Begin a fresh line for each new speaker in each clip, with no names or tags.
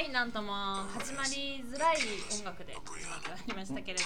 インなんとも始まりづらい音楽で始まってまいりましたけれ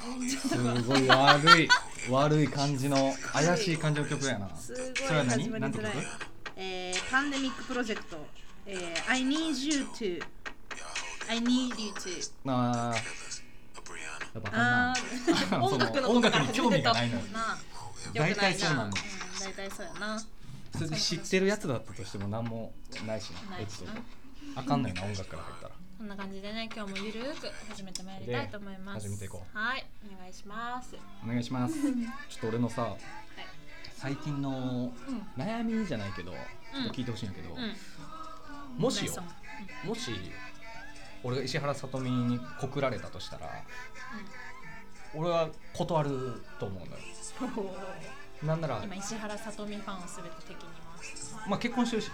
どもちょっと
すごい悪い悪い感じの怪しい感じの曲やな
す
そ
ごい
れは
始
何
まり
なんて曲
づらい、えー、パンデミックプロジェクト、えー、I need you to I need you to
あーやっぱ
あ
あ
ー
かんな
音楽の
そ
こ
音
と
楽
から
に興味がないのよ
まあ
良
大
くない
体
な
そうなんだ
うん大体そうやな
それで知ってるやつだったとしても何もないしな
ない
エピソードあかんないな音楽から入ったら
こんな感じでね今日もゆるーく始めてまいりたいと思います
で始めていこう
はいお願いしますは
お願いしますちょっと俺のさ
い
最近の悩みじゃないけどちょっと聞いてほしいんやけど、
うん
もしよ
ナイス
もし俺が石原さとみに告られたとしたら、俺は断ると思うのよ
ソング
なんなら
今石原さとみファンをすべて敵に回す
まあ結婚してるし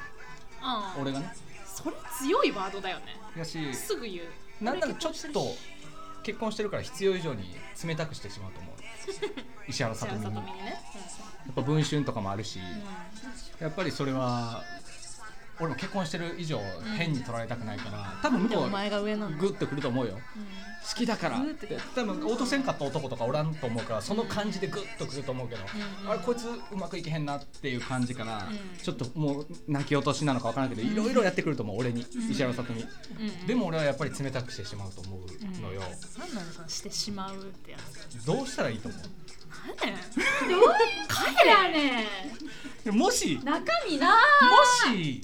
ああ
俺がね
それ強いワードだよね
やし
すぐ言う
なんならちょっと結婚してるから必要以上に冷たくしてしまうと思う 石原
石
さと
原さと
みにや
み
っ
にね
ぱ文春とかもあるし、
うんうん
やっぱりそれは俺も結婚してる以上変に取られたくないから、多分向こう
お前が上なの
グッとくると思うよ
うん
好きだから
グッ
ってて多分落とせんかった男とかおらんと思うからその感じでグッとくると思うけど、
うんうん
あれこいつうまくいけへんなっていう感じから、
うん
ちょっともう泣き落としなのかわからんけどいろいろやってくると思う俺に、石原さとみ、
うん
でも俺はやっぱり冷たくしてしまうと思うのよ、
何なのそのしてしまうってやつ
どうしたらいいと思う
何やねんどう帰やねん
でもしも
中身な
し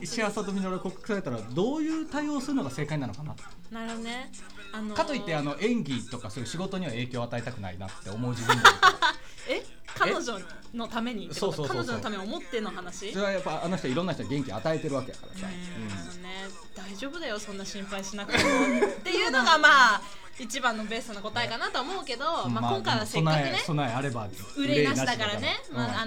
石原さとみの俺告白されたらどういう対応するのが正解なのかな
なるほどねあのー
かといってあの演技とかそういう仕事には影響を与えたくないなって思う自分もいる
え彼女のためにってこと
そうそうそうそう
彼女のために思っての話
それはやっぱあの人いろんな人に元気与えてるわけやからさ、
うん
うん
あのね大丈夫だよそんな心配しなくてもっていうのがまあ一番のベストな答えかなとは思うけど、まあ、今回はせっかくね
備え備えあれば
憂いなしだからね、まああ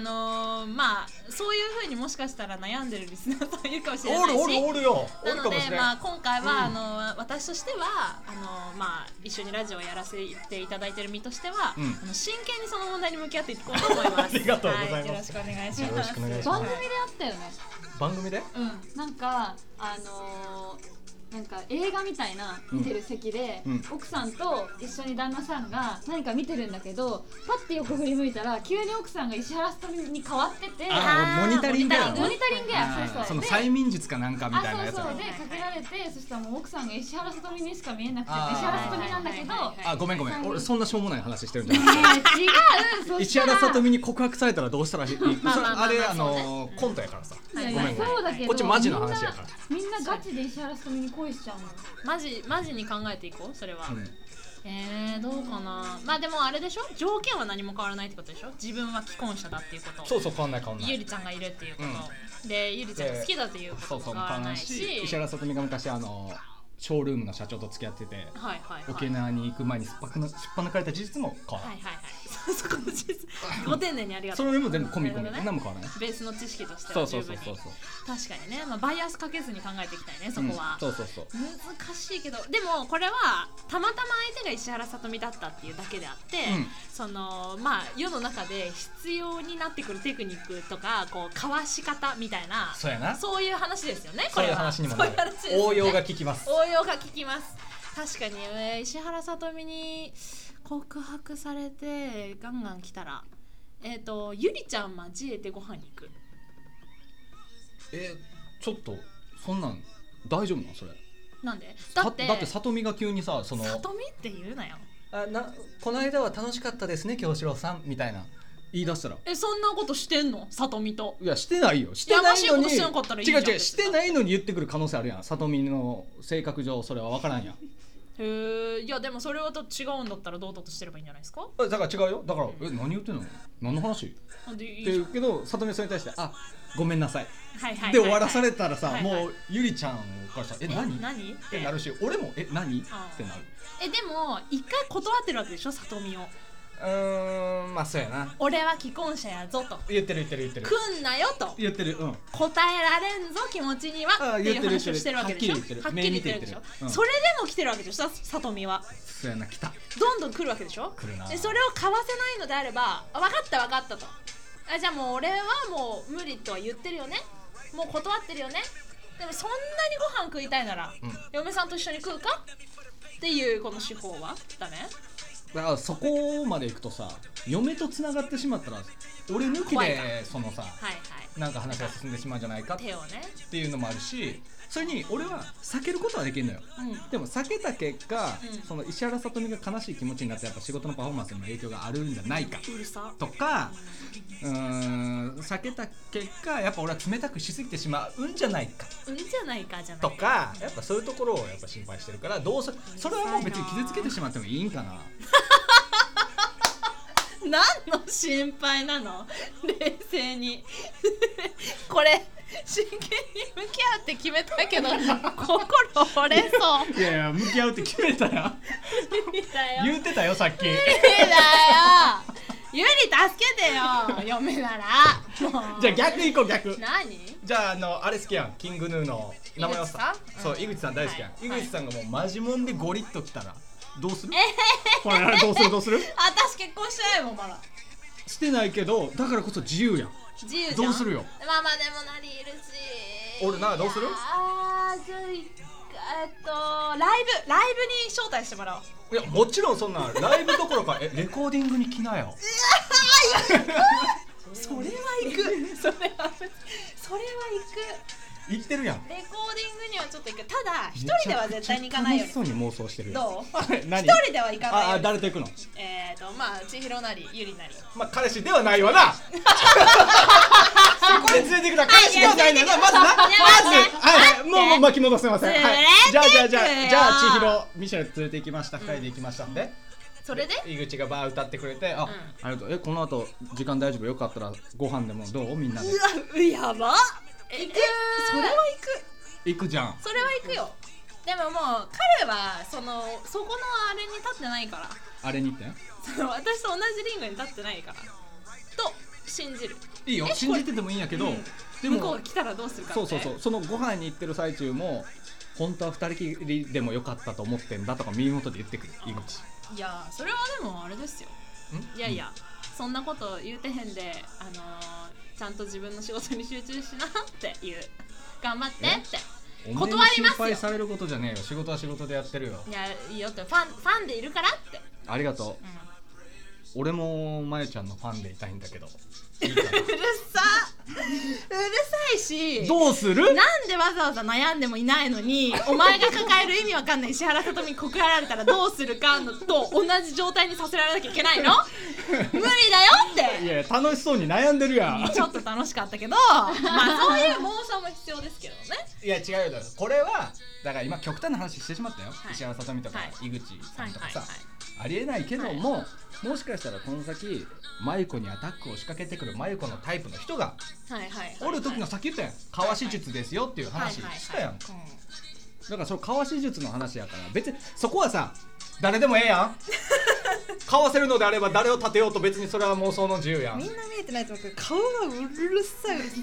のー
の
まあそういうふうにもしかしたら悩んでるリスナーさんいるかもしれないし
おるおるおるよお
な
る
の
か
で
もしれん
まあ、今回は、
うん
あの私としてはあの、まあ、一緒にラジオをやらせていただいている身としては、
うん
あの真剣にその問題に向き合っていこうと思います
ありがとうございます
はよろしくお願いします
よろしくお願いします
番組であったよね、
番組で
うん、なんかあのーなんか映画みたいな見てる席で、
うんうん
奥さんと一緒に旦那さんが何か見てるんだけどパッて横振り向いたら急に奥さんが石原さとみに変わってて
あーモニタリングやろ
モニタリングやそうそう
その
で
催眠術かなんかみ
あ
たいなやつ
そうそう
や
でかけられてそしたらもう奥さんが石原さとみにしか見えなくて
あー
石原さとみなんだけど、
はいはいはい
あごめんごめん俺そんなしょうもない話してるん じゃ
え
ない
ー違うそし
石
たら
原さとみに告白されたらどうしたらいい
まあ
それ
まあまあ
あれ
そ
あ
う
のコントやからさ
いやい
ごめ
や
んごめん
そうだけど
こっちマジの話やから
みんなみんなガチで石原さとみに恋しちゃうの
マジマジに考えていこうそれは、
うん
えー、どうかなまあでもあれでしょ条件は何も変わらないってことでしょ自分は既婚者だっていうこと
そうそう変わんない変わんな
ゆ
い
りちゃんがいるっていうこと、でゆりちゃんが好きだというこ
そ
と
う
も
そ
変
う変
わ
わ
ら
んな
ないい
し
し
石原さとみが昔あのショールームの社長と付き合ってて
はいはいはい
沖縄に行く前にすっぱくなすっぱ抜かれた事実も変わ
は
ら
い
な
はい
い
はい。そこの事実。ご丁寧にありがと。
そうれも全部込み込
な
み
るほどね
何も変わらない
ベースの知識として
そ
は
うそ
十分
うそう
に。
そうそう
確かにね、まあ、バイアスかけずに考えていきたいね、そこは。
うんそうそうそう
難しいけどでもこれはたまたま相手が石原さとみだったっていうだけであって、
うん
そのまあ世の中で必要になってくるテクニックとかこうかわし方みたいな
そうやな
そういう話ですよねこ
そう
れ
いう
は
話にもな
そう
る
いう話ですよね
応用が効きます
応用が効きます確かに、えー石原さとみに告白されてガンガン来たらえっ、とゆりちゃん交えてご飯に行く
えちょっとそんなん大丈夫なのそれ
なんでだって
だってさとみが急にさその
さとみって言うなよ
あなこの間は楽しかったですね京志郎さんみたいな言い出したら
えそんなことしてんのさとみと
いやしてないよしてない
やましいこ
の
と
に
してなかったらいいじ
違
ゃ
うん違うしてないのに言ってくる可能性あるやんさとみの性格上それは分からんやん
へえいやでもそれはと違うんだったら堂々としてればいいんじゃないですか
あだから違うよだからえ何言ってんの何の話
なんでい
っ
い
て
じゃ
言
ん
うけどさとみはそれに対して「あごめんなさい」
はいはいはいはい
で終わらされたらさ、
はいはい
もうゆりちゃんからしたら「え
え
何?」っ
何って
なるし俺も「え何?」っ
あー
てなる
えでも一回断ってるわけでしょさとみを
うーんまあそうやな
俺は既婚者やぞと
言ってる言ってる言って
来んなよと
言ってるうん
答えられんぞ気持ちには
あ
って
言っ
い
て
う
る
話をしてるわけでしょ
言ってる
はっきり言ってるでしょ
はっきり言ってるうん
それでも来てるわけでしょささとみは
そうやな来た
どんどん来るわけでしょ
来るな
でそれを買わせないのであればあ分かった分かったとあじゃあもう俺はもう無理とは言ってるよねもう断ってるよねでもそんなにご飯食いたいなら、
うん
嫁さんと一緒に食うかっていうこの手法はダメ
だからそこまで行くとさ嫁とつながってしまったら俺抜き
怖い
でそのさ
はい
なんか話が進んでしまうんじゃないか
は
っ
い手をね
ていうのもあるしそれに俺は避けることはできるのよ
うん
でも避けた結果、
うん
その石原さとみが悲しい気持ちになってやっぱ仕事のパフォーマンスにも影響があるんじゃないか
うるさ
とかうーん避けた結果やっぱ俺は冷たくしすぎてしまうんじゃないか
うんじゃないかじゃない
とかやっぱそういうところをやっぱ心配してるからどうせそれはもう別に傷つけてしまってもいいんかな
何の心配なの冷静に これ真剣に向き合うって決めたけど 心折れそう
いやいや向き合うって決めたよ
無理だよ無理だよ
言ってたよさっき
ゆり助けてよ嫁ならもう
じゃあ逆行こう逆
何
じゃああのあれ好きやんキングヌーの名前はさ
井口さん
そう
うん
井口さん大好きやん、
はい
井口さんがもうマジモンでゴリッときたらどうする これあれどうするどうする
私結婚してないもんまだ
してないけどだからこそ自由やん
自由じゃん
どうするよ
ママでもなりいるし
俺などうする
あーじゃあ一回えっとライブライブに招待してもらおう
いやもちろんそんなライブどころかえレコーディングに来なよ
それは行くそれはそれは行
行ってるやん
くレコーディングにはちょっと行くただ一人では絶対に行かないよ
めちゃくちゃ楽しそうに妄想してるやん
どう
何
一人では行か
あ
な
あ
いよ
誰と行くの
えっ、ー、とまあ千尋なりゆりなり
まあ彼氏ではないわ なそこに連れてくな彼氏ではないのよなまずなまずはいもうもう巻き戻せませんはいじゃあじゃあじゃあじゃあ千尋ミシェル連れて行きました二人で行きましたんで
それで
井口がバー歌ってくれてあありがとうえこの後時間大丈夫よかったらご飯でもどうみんなで
うやばええそれは行く
行くじゃん
それは行くよでももう彼はそのそこのあれに立ってないから
あれにって
その私と同じリングに立ってないからと信じる
いいよ
え
信じててもいいんやけど、
うん
で
向こう
も
が来たらどうするかって
そうそうそうそのご飯に行ってる最中も本当は二人きりでもよかったと思ってんだとか耳元で言ってくる井口
いやそれはでもあれですよいやいや、そんなこと言うてへんで、あのーちゃんと自分の仕事に集中しなって言う頑張ってって
お
断
前
りま
に
すよ
心配されることじゃねえよ仕事は仕事でやってるよ
いやいいよってファンファンでいるからって、
ありがとう
う
俺もまゆちゃんのファンでいたいんだけどいいかな
るさ うるさいし
どうする
なんでわざわざ悩んでもいないのにお前が抱える意味わかんない石原さとみに告られたらどうするかのと同じ状態にさせられなきゃいけないの無理だよって
いやいや楽しそうに悩んでるやん
ちょっと楽しかったけどまあそういう妄想も必要ですけどね
いや違うよこれはだから今極端な話してしまったよ、
はい
石原さとみとか、
はい
井口さんとかさ、
はい
ありえないけども、もしかしたらこの先マユコにアタックを仕掛けてくるマユコのタイプの人が
はいはい
おる時のさっき言ったやんかわし術ですよっていう話したやんかだからそのかわし術の話やから別にそこはさ誰でもええやんかわせるのであれば誰を立てようと別にそれは妄想の自由やん
みんな見えてないと思うけど顔がうるさいうるさい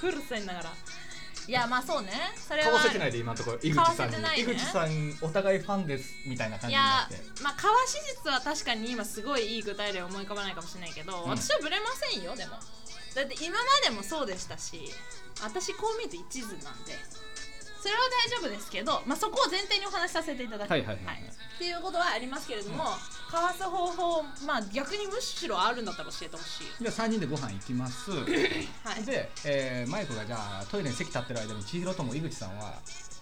クールさいながらいやまあそうねそれは
かわせてないで今のところ井口さんに、
かわせ
井
てないね
口さんお互いファンですみたいな感
い
じ
や
になって
まあかわし術は確かに今すごいいい具体例を思い浮かばないかもしれないけど、
うん
私はブレませんよでもだって今までもそうでしたし私こう見えて一途なんでそれは大丈夫ですけど、まあ、そこを前提にお話しさせていただく、
はいはいはいはい
っていうことはありますけれども、かわす方法まあ逆にむしろあるんだったら教えてほしいよ
じゃあ3人でご飯行きます
はい
で、えーマイクがじゃあトイレに席立ってる間に千尋とも井口さんは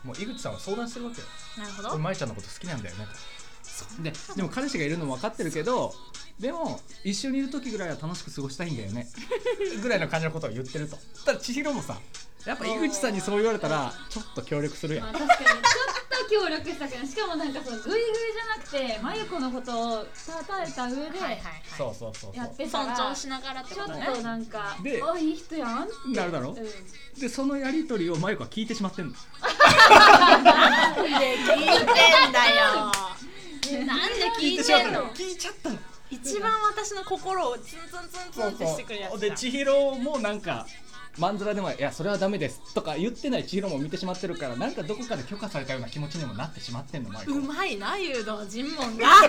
もう井口さんは相談してるわけよ
なるほ
俺
ど
舞ちゃんのこと好きなんだよねとででも彼氏がいるのも分かってるけどでも一緒にいる時ぐらいは楽しく過ごしたいんだよねぐらいの感じのことを言ってるとただ千尋もさやっぱ井口さんにそう言われたらちょっと協力するや
ま
ん
あ確かにちょっと協力したけどしかもなんかそのグイグイじゃなくて真由子のことを叩いた上で
そうそうそう
やっ
そ
てた
尊
ら
重しながらって
ち
こ
ょっ
とね
となんか
で
あいい人やんって
うなるだろ
うん
でそのやり取りをマイクは聞いてしまってんの
なんで聞いてんだよなんで聞い
しまって
ん
た
の
聞いちゃったの
一番私の心をツンツンツンツンってしてくるやつ
で
だ
千尋もなんかまんざらでも「いやそれはダメです」とか言ってない千尋も見てしまってるからなんかどこかで許可されたような気持ちにもなってしまってんのマイク
う
は
まいな誘導尋問がう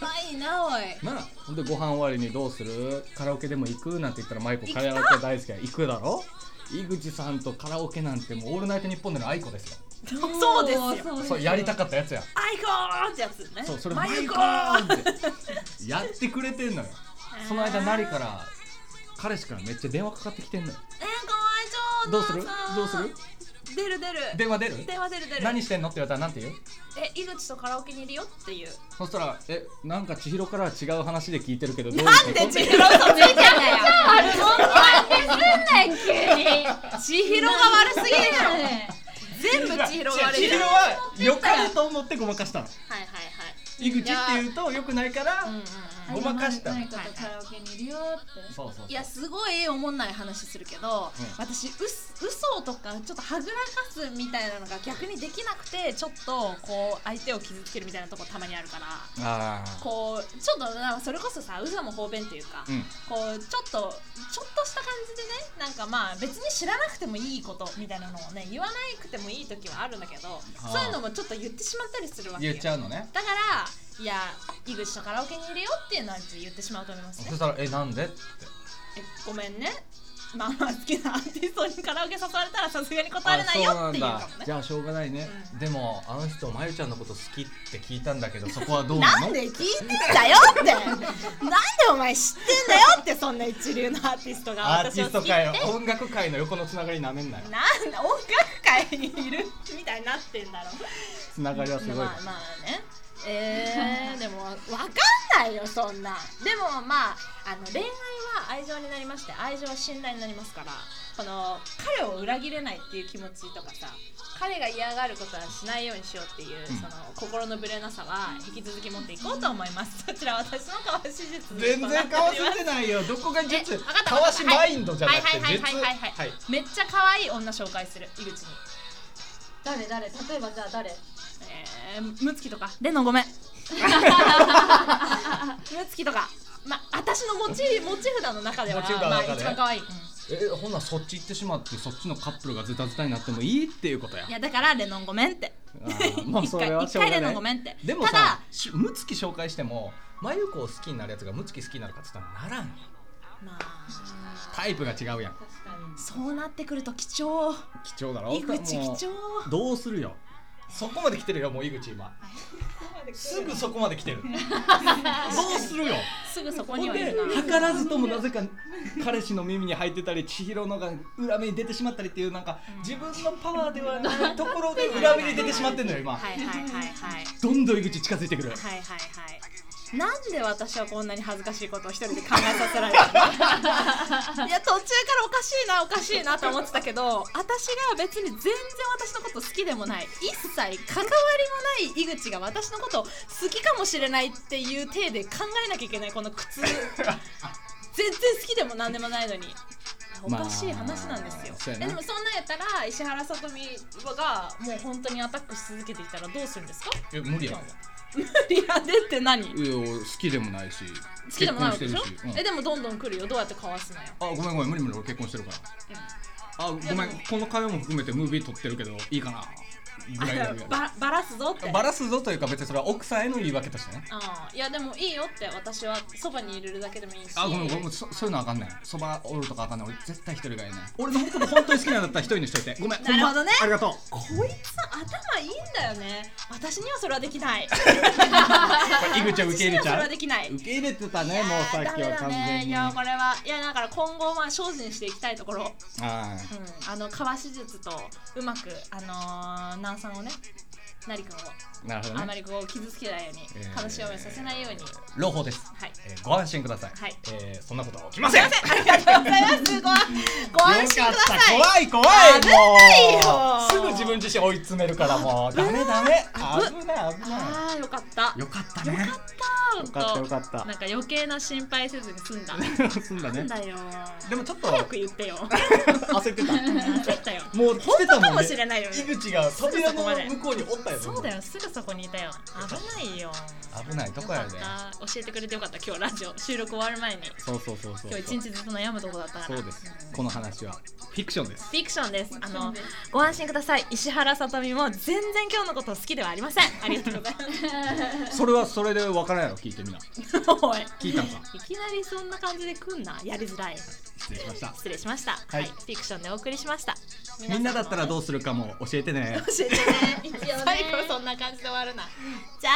まいなおい
なあほんでご飯終わりにどうするカラオケでも行くなんて言ったらマイコカラオケ大好きや行くだろ井口さんとカラオケなんてもうオールナイトニッポンでの愛子ですよ
そうですよ
そうです
そうやりたかったやつや
アイコーンってやつね
そうそれ
マ
マ
イ
イ
コ
コ
ーン
ーンってやってくれてんのよその間ナリから彼氏からめっちゃ電話かかってきてんのよ
えー、ご愛
どうす
嬌
る
お母さん
どうする
出る出る
電話出る
電話出る出る
何してんのって言われたらなんて言う
え井口とカラオケにいるよっていう
そしたら「えなんか千尋からは違う話で聞いてるけどどういう
なんで千尋嘘ついてんだよ
あるそんなんですんねん急に
千尋が悪すぎでしょ全部千尋が悪い
千
じゃ
尋
ん
は良かれと思ってごまかしたの
はいはい
井口って言うと良くないから
はいうんうん
ごまかした
マイコとカラオケにいるよって
そうそう
いやすごいおもんない話するけど、
うん
私うす嘘とかちょっとはぐらかすみたいなのが逆にできなくてちょっとこう相手を傷つけるみたいなとこたまにあるから
ああ
こうちょっとなんかそれこそさ嘘も方便っていうか、
うん
こうちょっとちょっとした感じでねなんかまあ別に知らなくてもいいことみたいなのをね言わなくてもいい時はあるんだけど
あー
そういうのもちょっと言ってしまったりするわけよ
言っちゃうのね
だからいや井口とカラオケにいるよっていうのはちょっと言ってしまうと思いますね
そしたら「えなんで?」って
えごめんねまあまあ好きなアーティストにカラオケ誘われたらさすがに断れないよっていうかもね
じゃあしょうがないねでもあの人まゆちゃんのこと好きって聞いたんだけどそこはどうな
な
の
んで聞いてんだよってなんでお前知ってんだよってそんな一流のアーティストが
アー
私
ティ
を
ス
好きっ
ト
て
界音楽界の横のつながりなめんなよ
なんだ音楽界にいるみたいになってんだろ
つながりはすごい
まあまあねえー、でもわかんないよそんなでもまああの恋愛は愛情になりまして愛情は信頼になりますからこの彼を裏切れないっていう気持ちとかさ彼が嫌がることはしないようにしようっていう、
うん
その心のぶれなさは引き続き持っていこうと思いますそちら私の顔手術
全然かわせてないよどこが
え
術
わかった
か
わか
わ
った
しマインドじゃなく
は
て
いはいはい
術
はいはい、はい、めっちゃ可愛い女紹介する井口に
誰誰例えばじゃあ誰
えー、ムツキとかレノンご めんムツキとかまあ私の持ち持ち札の中では
持ち札の
まあ、
中で
一番可愛い、
えほんならそっち行ってしまってそっちのカップルがズタズタになってもいいっていうことや
いやだからレノンごめんって
あーまあ
一
それ
回
は
一
しょう
回
が
レ
ない
ノンごめんって
でも
ただ
さしムツキ紹介してもマユコを好きになるやつがムツキ好きになるかっつったらならんよ
まあ
タイプが違うやん
確かに
そうなってくると貴重
貴重だろ
井口貴
もう
重
どうするよそこまで来てるよもう井口今すぐそこまで来てる どうするよ
すぐそこ
ほ
に
ん
はい
で
るな
図らずともなぜか彼氏の耳に入ってたり千尋のが裏目に出てしまったりっていうなんか自分のパワーではないところで裏目に出てしまってんのよ今
はいはいはいはい
どんどん井口近づいてくる
はいはいはい。なんで私はこんなに恥ずかしいことを一人で考えさせられた のいや途中からおかしいなおかしいなと思ってたけど私が別に全然私のこと好きでもない一切関わりもない井口が私のことを好きかもしれないっていう体で考えなきゃいけないこの苦 痛全然好きでも何でもないのにおかしい話なんですよ
まあ、そうや
え
な
でもそんなんやったら石原さとみがもう本当にアタックし続けていたらどうするん ですか
え無理
い
や
やでって何
いや好きでもないし
好きでもないわけでしょ
結婚してるしうん
えでもどんどん来るよどうやってかわすのよ
あごめんごめん無理無理俺結婚してるからあごめんこの会話も含めてムービー撮ってるけどいいかなぐらいやるや
ばばらすぞって
んバラすぞというか別にそれは奥さんへの言い訳としてね
うんいやでもいいよって私はそばにいるだけでもいいし
あごめんごめんそそういうのあかんねんそばおるとかあかんねん俺絶対一人がいいねん俺のこと本当に好きなんだったら一人にしといてごめん
なるほどね
ほんまありがとう
こいつ頭いいんだよね私にはそれはでき ない
これ井口は受け入
私
れち
にはそれ
ゃ
は
う
できない
受け入れてたねもうさっきは完
いやーダメだね
全
い
に
や
あ
これはいやだから今後は精進していきたいところ、
あ
うん、あのかわし術とうまくあのー、南さんをね成君を
なるほ
あ
ど
ま
ね
りこう傷つけないように
えー
悲しい思いさせないように、
朗報です
はい
えーご安心ください
はい
えーそんなことは起きませんよか
ありがとうございます。ごご安心くだ
った
さい。
怖い怖
危ないよ
いもうすぐ自分自身追い詰めるからもうダメダメ危ない危な
ああ、よかった
い。よかったね
よ
よかったよかった
なんか余計な心配せずに済んだ。
済んだ
な
ね
んだよ。
でもちょっと
早く言ってよ。
焦ってた
焦ったよ。
もう来てた
本当
もんね
かもしれないよね
井口が扉の向こうにおったよ
そうだよ、すぐそこにいたよ。危ないよ。
危ないとこや
よ
で
かった教えてくれてよかった、今日ラジオ収録終わる前に。
そうそうそうそう
今日一日ずっと悩むとこだったから。
そうですこの話はフィクションです
フィクションです。あ
そ
の
うで、す
ご安心ください。石原さとみも全然今日のこと好きではありません。ありがとうございます。
それはそれで 分からんやろ聞いてみな
おい。
聞いたんか
いきなりそんな感じで来んなやりづらい
失礼しました
失礼しました、
い
はい、フィクションでお送りしました
みんなだったらど
う
うするかも教えてね
教えてね
一応ね
最後そんな感じで終わるなじゃあ